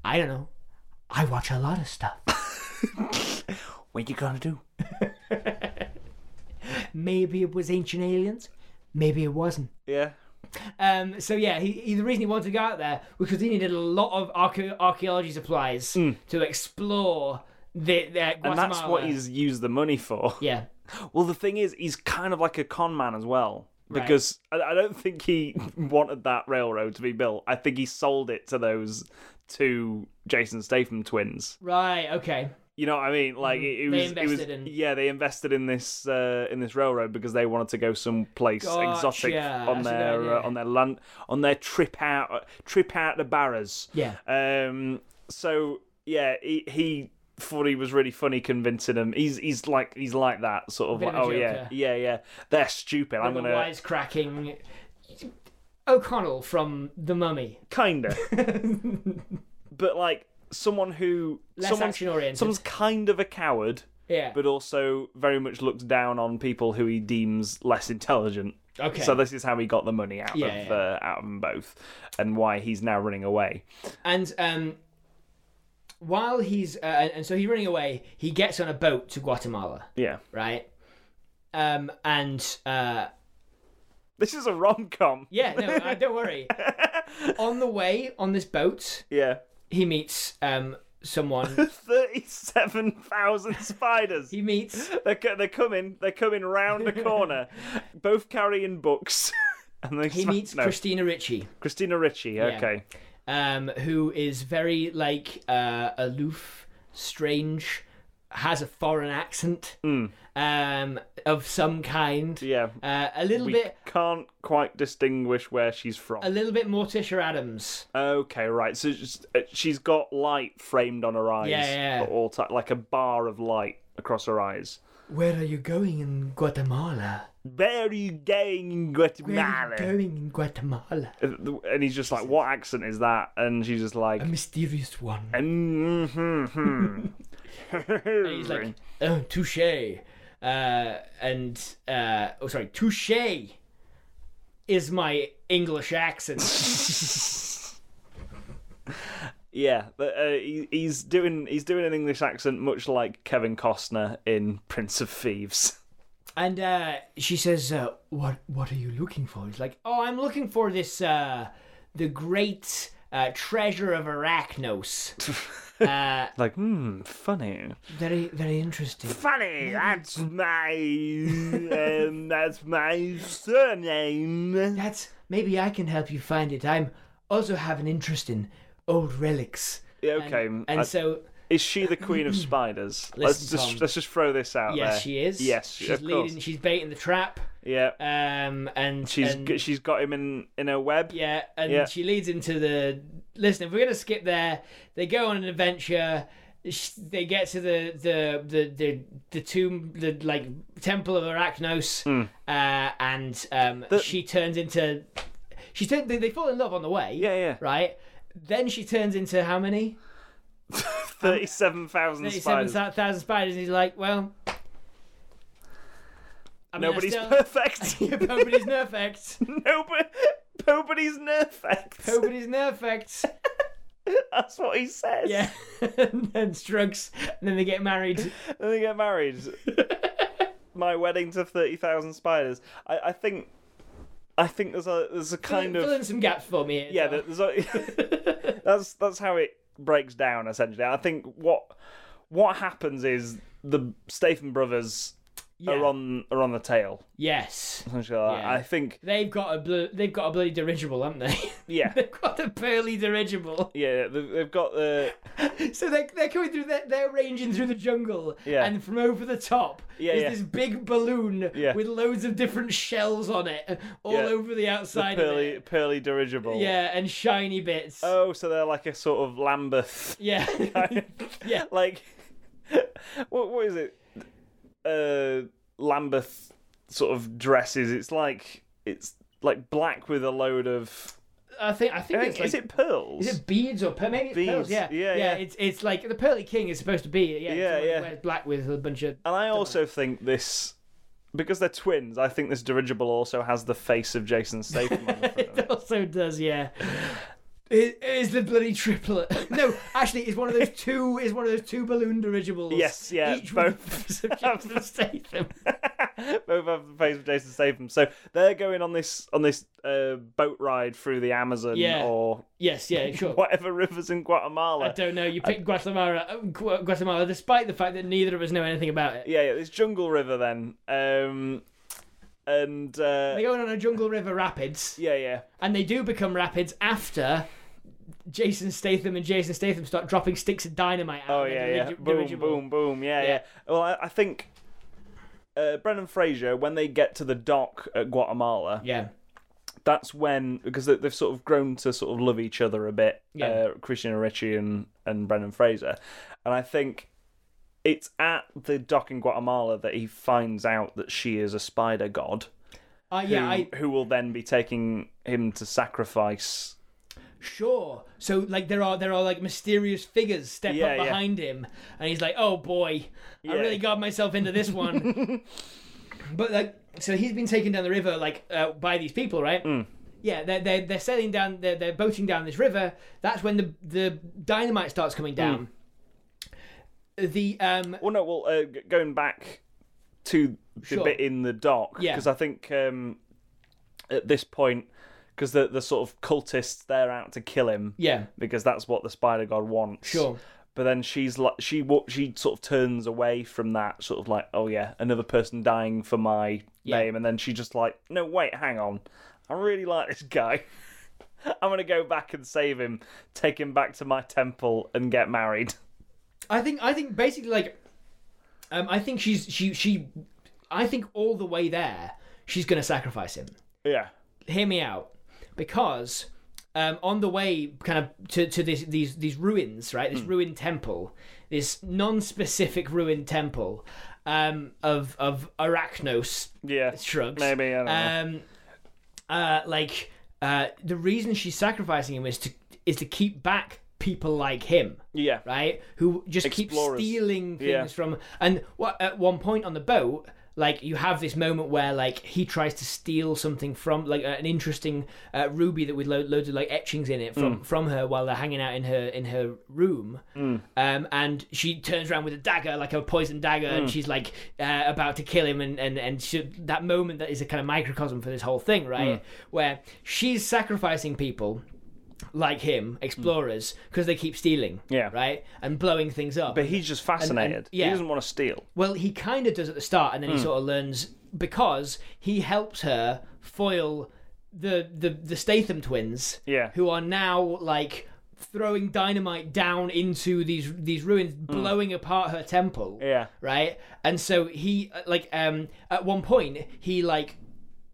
Speaker 2: I don't know. I watch a lot of stuff.
Speaker 1: what you gonna do?
Speaker 2: Maybe it was Ancient Aliens. Maybe it wasn't.
Speaker 1: Yeah.
Speaker 2: Um, so yeah, he, he, the reason he wanted to go out there was because he needed a lot of archae- archaeology supplies to explore the, the Guatemala.
Speaker 1: Hmm. And that's what he's used the money for.
Speaker 2: yeah.
Speaker 1: Well, the thing is, he's kind of like a con man as well. Because I, I don't think he wanted that railroad to be built. I think he sold it to those two Jason Statham twins.
Speaker 2: Right. Okay.
Speaker 1: You know what I mean? Like it, it
Speaker 2: Mm-hmm.
Speaker 1: was, it
Speaker 2: They
Speaker 1: was-
Speaker 2: invested in-
Speaker 1: yeah, they invested in this uh, in this railroad because they wanted to go someplace exotic
Speaker 2: Gotcha.
Speaker 1: on
Speaker 2: That's a good
Speaker 1: their uh,
Speaker 2: idea.
Speaker 1: on their land on their trip out uh, trip out the barrows.
Speaker 2: Yeah.
Speaker 1: Um. So yeah, he, he thought he was really funny convincing him. He's he's like he's like that sort of
Speaker 2: Bit
Speaker 1: like
Speaker 2: of
Speaker 1: oh
Speaker 2: a
Speaker 1: yeah
Speaker 2: joker.
Speaker 1: yeah yeah they're stupid. I'm
Speaker 2: the
Speaker 1: gonna
Speaker 2: wisecracking O'Connell from The Mummy.
Speaker 1: kinda. but like someone who
Speaker 2: Less
Speaker 1: someone's-
Speaker 2: action oriented.
Speaker 1: someone's kind of a coward.
Speaker 2: Yeah.
Speaker 1: but also very much looks down on people who he deems less intelligent.
Speaker 2: okay.
Speaker 1: So this is how he got the money out
Speaker 2: Yeah,
Speaker 1: of
Speaker 2: yeah.
Speaker 1: Uh, out of them both, and why he's now running away.
Speaker 2: and um, while he's uh, and and so he's running away, he gets on a boat to Guatemala,
Speaker 1: Yeah,
Speaker 2: right? Um, and uh,
Speaker 1: this is a rom com.
Speaker 2: yeah, no, uh, don't worry. on the way on this boat,
Speaker 1: Yeah,
Speaker 2: he meets um someone.
Speaker 1: thirty-seven thousand spiders.
Speaker 2: he meets
Speaker 1: They're, co- they're coming. They're coming round the corner, both carrying books. and they
Speaker 2: he
Speaker 1: sma-
Speaker 2: meets
Speaker 1: no,
Speaker 2: Christina Ricci.
Speaker 1: Christina Ricci. Okay,
Speaker 2: um, who is very like uh, aloof, strange, has a foreign accent um, of some kind.
Speaker 1: Hmm. yeah.
Speaker 2: Uh, a little
Speaker 1: we
Speaker 2: bit,
Speaker 1: can't quite distinguish where she's from.
Speaker 2: a little bit Morticia Adams.
Speaker 1: Okay, right. So she's- uh, she's got light framed on her eyes
Speaker 2: Yeah, yeah, yeah.
Speaker 1: at all time, like a bar of light. across her eyes.
Speaker 2: Where are you going in Guatemala?
Speaker 1: Where are you going in
Speaker 2: Where are you
Speaker 1: Guatemala? Uh,
Speaker 2: going in Guatemala?
Speaker 1: And he's just like, what accent is that? And she's just like,
Speaker 2: A mysterious one.
Speaker 1: mm
Speaker 2: And he's like, oh, touche. Uh, and, uh, oh, sorry, touche is my English accent.
Speaker 1: yeah, but, uh, he, he's doing he's doing an English accent, much like Kevin Costner in Prince of Thieves.
Speaker 2: and uh, she says, uh, what, what are you looking for? He's like, oh, I'm looking for this, uh, the great uh, treasure of Arachnos. uh,
Speaker 1: Like, hmm, funny,
Speaker 2: very, very interesting.
Speaker 1: funny. That's my um, that's my surname.
Speaker 2: That's maybe I can help you find it. I'm also have an interest in old relics.
Speaker 1: Yeah, okay. mm,
Speaker 2: And
Speaker 1: I-
Speaker 2: so
Speaker 1: is she the queen of spiders? let's
Speaker 2: Listen,
Speaker 1: just
Speaker 2: Tom.
Speaker 1: let's just throw this out
Speaker 2: yes,
Speaker 1: there.
Speaker 2: she is.
Speaker 1: Yes,
Speaker 2: she's
Speaker 1: of
Speaker 2: leading.
Speaker 1: course.
Speaker 2: She's baiting the trap.
Speaker 1: Yeah,
Speaker 2: Um, and
Speaker 1: she's
Speaker 2: and-
Speaker 1: g she's got him in in her web.
Speaker 2: yeah, and
Speaker 1: Yeah.
Speaker 2: she leads into the. Listen, if we're gonna skip there, they go on an adventure. sh- They get to the the the the, the tomb, the like temple of Arachnos,
Speaker 1: Hmm.
Speaker 2: uh, and um, she turns into. She turn, they, they fall in love on the way.
Speaker 1: Yeah, yeah.
Speaker 2: Right. Then she turns into how many? Um,
Speaker 1: Thirty-seven thousand spiders.
Speaker 2: 37,000 spiders, and he's like, well. I mean, I
Speaker 1: Nobody's
Speaker 2: still-
Speaker 1: perfect.
Speaker 2: Yeah, Nobody's perfect.
Speaker 1: Nobody, nobody's perfect.
Speaker 2: Nobody's perfect.
Speaker 1: That's what he says.
Speaker 2: Yeah. and then shrugs, and then they get married.
Speaker 1: And they get married. My wedding to thirty thousand spiders. I, I think, I think there's a there's a kind
Speaker 2: Fill
Speaker 1: of
Speaker 2: in some gaps for me. here,
Speaker 1: yeah.
Speaker 2: Tom.
Speaker 1: There's a, that's that's how it breaks down essentially. I think what what happens is the Statham brothers
Speaker 2: yeah.
Speaker 1: are on are on the tail.
Speaker 2: Yes.
Speaker 1: Essentially, like that.
Speaker 2: Yeah.
Speaker 1: I think
Speaker 2: They've got a blo- they've got a bloody dirigible, haven't they?
Speaker 1: yeah.
Speaker 2: they've got a pearly dirigible.
Speaker 1: Yeah, they- they've got the
Speaker 2: So they're, they're coming through, they're, they're ranging through the jungle,
Speaker 1: Yeah.
Speaker 2: and from over the top
Speaker 1: Yeah,
Speaker 2: is
Speaker 1: yeah.
Speaker 2: this big balloon
Speaker 1: Yeah.
Speaker 2: with loads of different shells on it, all
Speaker 1: Yeah.
Speaker 2: over the outside of
Speaker 1: pearly,
Speaker 2: it.
Speaker 1: pearly dirigible.
Speaker 2: Yeah, and shiny bits.
Speaker 1: Oh, so they're like a sort of Lambeth.
Speaker 2: Yeah. yeah.
Speaker 1: like, what what is it? Uh, Lambeth sort of dresses. It's like it's like black with a load of.
Speaker 2: I think I think
Speaker 1: I
Speaker 2: it's
Speaker 1: think-
Speaker 2: like
Speaker 1: is it pearls?
Speaker 2: is it beads or pearls? Maybe it's pearls.
Speaker 1: Beads.
Speaker 2: Yeah.
Speaker 1: Yeah, yeah.
Speaker 2: It's it's like the pearly king is supposed to be yeah.
Speaker 1: Yeah,
Speaker 2: someone who
Speaker 1: yeah.
Speaker 2: wears black with a bunch of
Speaker 1: and I also think this. Because they're twins, I think this dirigible also has the face of Jason Statham. on the front of it.
Speaker 2: It also does, yeah. It is the bloody triplet. No, actually, it's one of those two. Is one of those two balloon dirigibles.
Speaker 1: Yes, yeah,
Speaker 2: Each both. With Jason Statham.
Speaker 1: Both have the face of Jason Statham, so they're going on this on this uh, boat ride through the Amazon
Speaker 2: Yeah.
Speaker 1: or
Speaker 2: Yes, yeah, sure.
Speaker 1: whatever rivers in Guatemala.
Speaker 2: I don't know. You picked Guatemala, uh, Gu- Guatemala, despite the fact that neither of us know anything about it.
Speaker 1: yeah, yeah, this jungle river then. Um, and uh,
Speaker 2: They're going on a jungle river rapids,
Speaker 1: yeah, yeah,
Speaker 2: and they do become rapids after Jason Statham and Jason Statham start dropping sticks of dynamite. Out
Speaker 1: oh
Speaker 2: of their
Speaker 1: yeah, yeah,
Speaker 2: dirigi-
Speaker 1: boom,
Speaker 2: dirigible.
Speaker 1: boom, boom, yeah, yeah.
Speaker 2: Yeah.
Speaker 1: Well, I, I think uh, Brendan Fraser when they get to the dock at Guatemala,
Speaker 2: Yeah,
Speaker 1: that's when because they, they've sort of grown to sort of love each other a bit.
Speaker 2: Yeah.
Speaker 1: Uh, Christian Ricci and and Brendan Fraser, and I think. It's at the dock in Guatemala that he finds out that she is a spider god,
Speaker 2: uh,
Speaker 1: who,
Speaker 2: yeah. I,
Speaker 1: who will then be taking him to sacrifice
Speaker 2: Sure. So like there are there are like mysterious figures step
Speaker 1: Yeah,
Speaker 2: up
Speaker 1: yeah.
Speaker 2: behind him, and he's like, "Oh boy, I
Speaker 1: Yeah.
Speaker 2: really got myself into this one." but like, so he's been taken down the river like uh, by these people, right?
Speaker 1: Mm.
Speaker 2: Yeah, they're, they're they're sailing down, they're, they're boating down this river. That's when the the dynamite starts coming down.
Speaker 1: Mm.
Speaker 2: The um
Speaker 1: Well, no. Well, uh, g- going back to the
Speaker 2: Sure.
Speaker 1: bit in the dock,
Speaker 2: Yeah.
Speaker 1: because I think um, at this point, because the the sort of cultists they're out to kill him
Speaker 2: yeah
Speaker 1: because that's what the spider god wants.
Speaker 2: sure
Speaker 1: But then she's like, she wa- she sort of turns away from that, sort of like, oh yeah, another person dying for my
Speaker 2: Yeah.
Speaker 1: name, and then she just like, no, wait, hang on, I really like this guy. I'm gonna go back and save him, take him back to my temple, and get married.
Speaker 2: I think I think basically like um I think she's she she I think all the way there she's gonna sacrifice him.
Speaker 1: Yeah.
Speaker 2: hear me out because
Speaker 1: Hmm.
Speaker 2: um, on the way kind of to, to this, these these ruins right this ruined temple this non-specific ruined temple um, of of Arachnos
Speaker 1: Yeah.
Speaker 2: shrugs.
Speaker 1: Maybe, I don't know.
Speaker 2: Um, uh, like uh, the reason she's sacrificing him is to is to keep back people like him
Speaker 1: Yeah.
Speaker 2: right? Who just
Speaker 1: Explorers.
Speaker 2: keep stealing things
Speaker 1: Yeah.
Speaker 2: from. And what at one point on the boat, like you have this moment where like he tries to steal something from like uh, an interesting uh, ruby that with lo- loads of like etchings in
Speaker 1: Mm.
Speaker 2: it from from her while they're hanging out in her in her room. Um, and she turns around with a dagger, like a poison dagger,
Speaker 1: Mm.
Speaker 2: and she's like uh, about to kill him. And and and she, that moment that is a kind of microcosm for this whole thing,
Speaker 1: Mm.
Speaker 2: right? Where she's sacrificing people like him, explorers, because they keep stealing.
Speaker 1: Yeah.
Speaker 2: Right? And blowing things up.
Speaker 1: But he's just fascinated. He
Speaker 2: yeah.
Speaker 1: doesn't want to steal.
Speaker 2: well, he kind of does at the start, and then
Speaker 1: Hmm.
Speaker 2: he sort of learns because he helps her foil the, the, the Statham twins,
Speaker 1: Yeah.
Speaker 2: who are now like throwing dynamite down into these these ruins,
Speaker 1: Hmm.
Speaker 2: blowing apart her temple
Speaker 1: Yeah.
Speaker 2: right and so he uh, like um at one point he like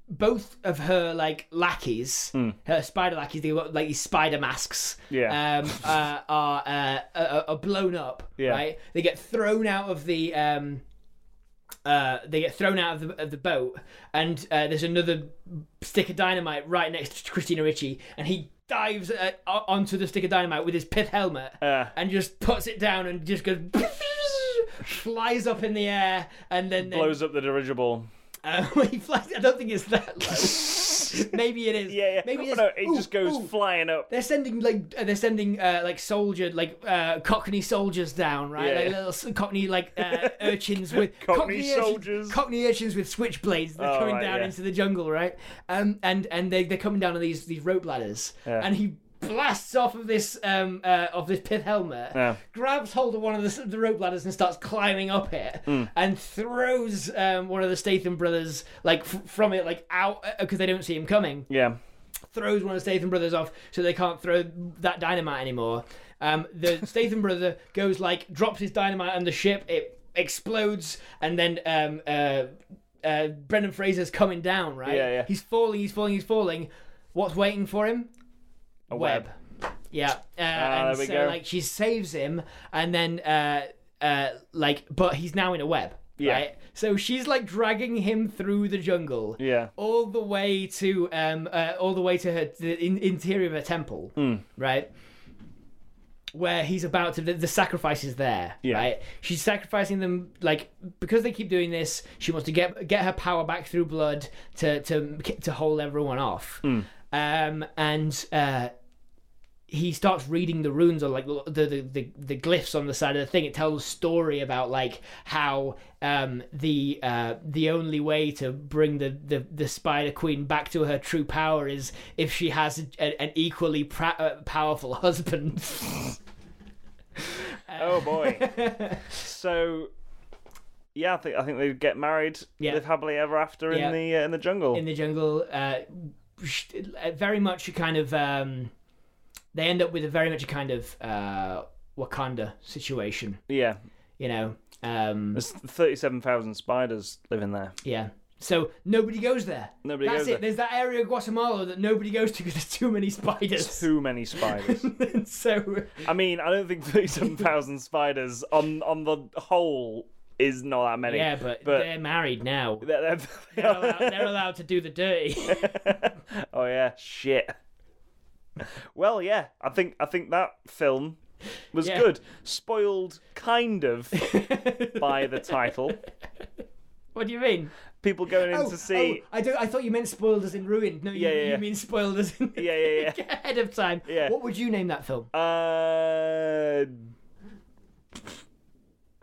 Speaker 2: both of her like lackeys
Speaker 1: Hmm.
Speaker 2: her spider lackeys they were like these spider masks
Speaker 1: Yeah.
Speaker 2: um uh, are uh are, are blown up
Speaker 1: Yeah.
Speaker 2: right they get thrown out of the um uh, they get thrown out of the, of the boat, and uh, there's another stick of dynamite right next to Christina Ricci, and he dives uh, o- onto the stick of dynamite with his pith helmet
Speaker 1: Uh.
Speaker 2: and just puts it down and just goes. flies up in the air and then then,
Speaker 1: Blows up the dirigible.
Speaker 2: uh, when he flies I don't think it's that low maybe it is
Speaker 1: Yeah, yeah. Oh,
Speaker 2: maybe it's,
Speaker 1: no, it
Speaker 2: ooh,
Speaker 1: just goes
Speaker 2: ooh.
Speaker 1: flying up.
Speaker 2: they're sending like uh, they're sending uh, like soldier like uh, cockney soldiers down right
Speaker 1: Yeah,
Speaker 2: like
Speaker 1: yeah.
Speaker 2: little s- cockney like uh, urchins with
Speaker 1: Cockney
Speaker 2: urchins-
Speaker 1: soldiers.
Speaker 2: cockney urchins with switchblades they're
Speaker 1: Oh,
Speaker 2: coming
Speaker 1: right,
Speaker 2: down
Speaker 1: yeah.
Speaker 2: into the jungle right um and and they they're coming down on these these rope ladders
Speaker 1: Yeah.
Speaker 2: and he blasts off of this um uh, of this pith helmet
Speaker 1: Yeah.
Speaker 2: grabs hold of one of the, the rope ladders and starts climbing up it
Speaker 1: Hmm.
Speaker 2: and throws um one of the statham brothers like f- from it like out because they don't see him coming
Speaker 1: Yeah.
Speaker 2: throws one of the Statham brothers off so they can't throw that dynamite anymore. Um, the Statham brother goes like drops his dynamite on the ship, it explodes, and then um, uh, uh, Brendan Fraser's coming down. Right,
Speaker 1: Yeah, yeah.
Speaker 2: He's falling, he's falling, he's falling. What's waiting for him? A
Speaker 1: web. Ah,
Speaker 2: Yeah, uh,
Speaker 1: there
Speaker 2: and
Speaker 1: we
Speaker 2: so
Speaker 1: go.
Speaker 2: like she saves him, and then uh, uh, like, but he's now in a web.
Speaker 1: Yeah.
Speaker 2: Right? So she's like dragging him through the jungle
Speaker 1: Yeah.
Speaker 2: all the way to um uh, all the way to her the in- interior of her temple, right? Where he's about to the, the sacrifice is there,
Speaker 1: Yeah.
Speaker 2: right? She's sacrificing them like because they keep doing this. She wants to get get her power back through blood to to to hold everyone off. Um and uh he starts reading the runes or like the, the the the glyphs on the side of the thing. It tells a story about like how um, the uh, the only way to bring the, the the Spider Queen back to her true power is if she has a, an equally pra- uh, powerful husband.
Speaker 1: Oh boy. so yeah, I think I think they get married,
Speaker 2: Yeah.
Speaker 1: live happily ever after in
Speaker 2: Yeah.
Speaker 1: the uh, in the jungle.
Speaker 2: in the jungle. Uh, sh- uh, very much a kind of. Um, they end up with a very much a kind of uh, Wakanda situation.
Speaker 1: yeah,
Speaker 2: You know. Um,
Speaker 1: there's thirty-seven thousand spiders living there.
Speaker 2: Yeah. So nobody goes there.
Speaker 1: Nobody
Speaker 2: That's
Speaker 1: goes
Speaker 2: it.
Speaker 1: there.
Speaker 2: There's that area of Guatemala that nobody goes to because there's too many spiders.
Speaker 1: Too many spiders.
Speaker 2: And so
Speaker 1: I mean, I don't think thirty-seven thousand spiders on on the whole is not that many.
Speaker 2: yeah, but,
Speaker 1: But-
Speaker 2: they're married now.
Speaker 1: They're- they're-
Speaker 2: They're allowed, they're allowed to do the dirty.
Speaker 1: oh yeah, shit. Well, yeah, I think I think that film was
Speaker 2: Yeah.
Speaker 1: good. Spoiled kind of by the title.
Speaker 2: what do you mean?
Speaker 1: People going in
Speaker 2: Oh,
Speaker 1: to see.
Speaker 2: oh, I don't. I thought you meant spoiled as in ruined. No, you,
Speaker 1: Yeah, yeah, yeah.
Speaker 2: you mean spoiled as in
Speaker 1: Yeah, yeah, yeah.
Speaker 2: ahead of time.
Speaker 1: Yeah.
Speaker 2: What would you name that film?
Speaker 1: Uh,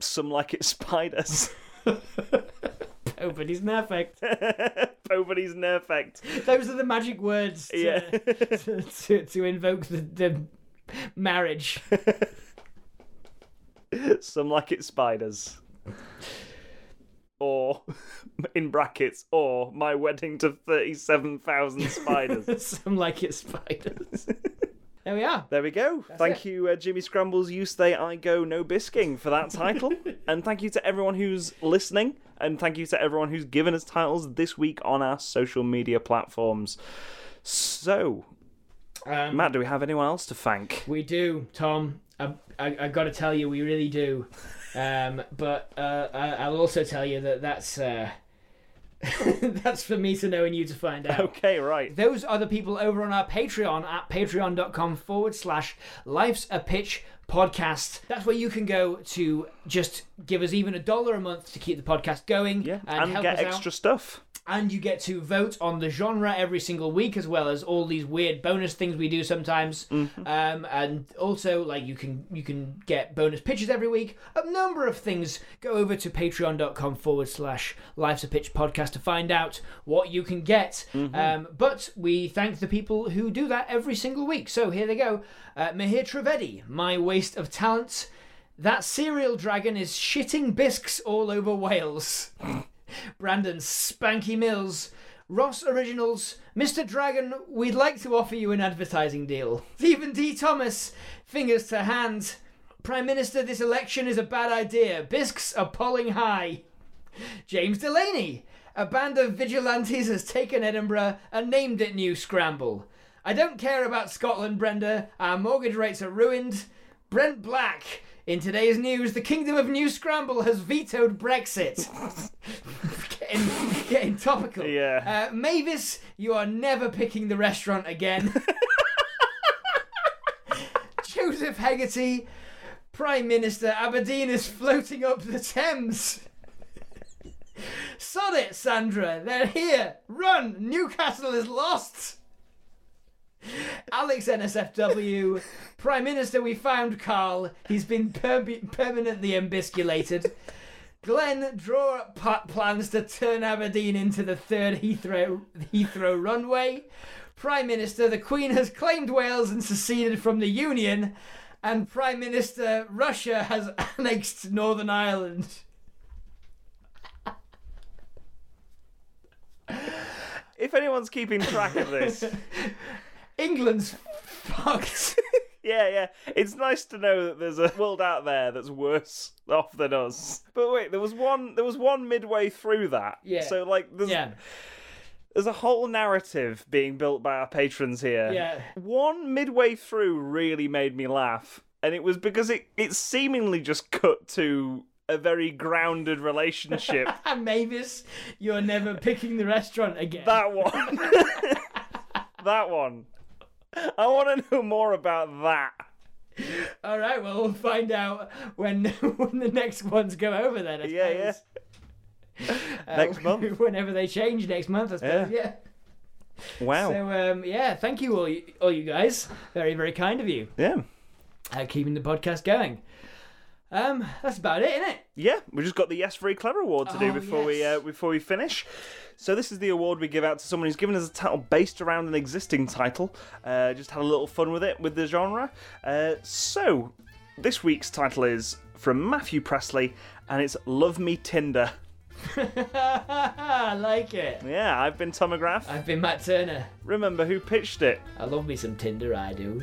Speaker 1: some like it's spiders.
Speaker 2: Nobody's perfect.
Speaker 1: Nobody's perfect.
Speaker 2: Those are the magic words to,
Speaker 1: Yeah.
Speaker 2: to, to, to invoke the, the marriage.
Speaker 1: some like it's spiders. Or, in brackets, or my wedding to 37,000 spiders.
Speaker 2: Some like it spiders. there we are.
Speaker 1: There we go. thank you, uh, Jimmy Scrambles, You Stay, I Go, No Bisking for that title. and thank you to everyone who's listening. And thank you to everyone who's given us titles this week on our social media platforms. So,
Speaker 2: Um,
Speaker 1: Matt, do we have anyone else to thank?
Speaker 2: We do, Tom. I, I, I got to tell you, we really do. Um, but uh, I, I'll also tell you that that's uh, that's for me to know and you to find out.
Speaker 1: Okay, right.
Speaker 2: Those are the people over on our Patreon at patreon.com forward slash life's a pitch podcast. That's where you can go to just give us even a dollar a month to keep the podcast going
Speaker 1: Yeah,
Speaker 2: and,
Speaker 1: and
Speaker 2: help
Speaker 1: get
Speaker 2: us out
Speaker 1: extra stuff.
Speaker 2: and you get to vote on the genre every single week as well as all these weird bonus things we do sometimes um, and also like you can you can get bonus pitches every week a number of things go over to patreon.com forward slash life's a pitch podcast to find out what you can get um, but we thank the people who do that every single week so here they go uh, Mahir Trivedi My Waste of Talent that cereal dragon is shitting bisques all over Wales Brandon Spanky Mills, Ross Originals, Mr. Dragon, we'd like to offer you an advertising deal. Stephen D. Thomas, fingers to hand. Prime Minister, this election is a bad idea. Bisques are polling high. James Delaney, a band of vigilantes has taken Edinburgh and named it New Scramble. I don't care about Scotland, Brenda. Our mortgage rates are ruined. Brent Black, in today's news, the Kingdom of New Scramble has vetoed Brexit. getting, getting topical.
Speaker 1: Yeah.
Speaker 2: Uh, Mavis, you are never picking the restaurant again. Joseph Hegarty, Prime Minister, Aberdeen is floating up the Thames. Sod it, Sandra. They're here. Run. Newcastle is lost. Alex NSFW, Prime Minister, we found Carl. He's been per- permanently embisculated. Glenn, draw up pa- plans to turn Aberdeen into the third Heathrow, Heathrow runway. Prime Minister, the Queen has claimed Wales and seceded from the Union. And Prime Minister, Russia has annexed Northern Ireland.
Speaker 1: If anyone's keeping track of this,
Speaker 2: England's fucked.
Speaker 1: yeah, yeah, it's nice to know that there's a world out there that's worse off than us. But wait, there was one. There was one midway through that.
Speaker 2: Yeah.
Speaker 1: So like, there's
Speaker 2: yeah.
Speaker 1: there's a whole narrative being built by our patrons here.
Speaker 2: Yeah.
Speaker 1: One midway through really made me laugh, and it was because it it seemingly just cut to a very grounded relationship.
Speaker 2: And Mavis, you're never picking the restaurant again.
Speaker 1: that one. that one. I want to know more about that.
Speaker 2: All right, well, we'll find out when when the next ones go over then. I
Speaker 1: Yeah, yeah.
Speaker 2: suppose.
Speaker 1: Next
Speaker 2: Uh,
Speaker 1: month.
Speaker 2: Whenever they change next month, I suppose.
Speaker 1: Yeah.
Speaker 2: Yeah.
Speaker 1: Wow.
Speaker 2: So, um, yeah, thank you all, you all you guys. Very, very kind of you.
Speaker 1: yeah.
Speaker 2: Uh, keeping the podcast going. Um, that's about it, isn't it?
Speaker 1: Yeah, we just got the Yes Very Clever award to do
Speaker 2: Oh,
Speaker 1: before we
Speaker 2: yes.
Speaker 1: uh, before we finish. So this is the award we give out to someone who's given us a title based around an existing title. Uh, just had a little fun with it with the genre. Uh, so this week's title is from Matthew Presley, and it's "Love Me Tinder."
Speaker 2: I like it.
Speaker 1: Yeah, I've been Tom McGrath.
Speaker 2: I've been Matt Turner.
Speaker 1: Remember who pitched it?
Speaker 2: I love me some Tinder, I do.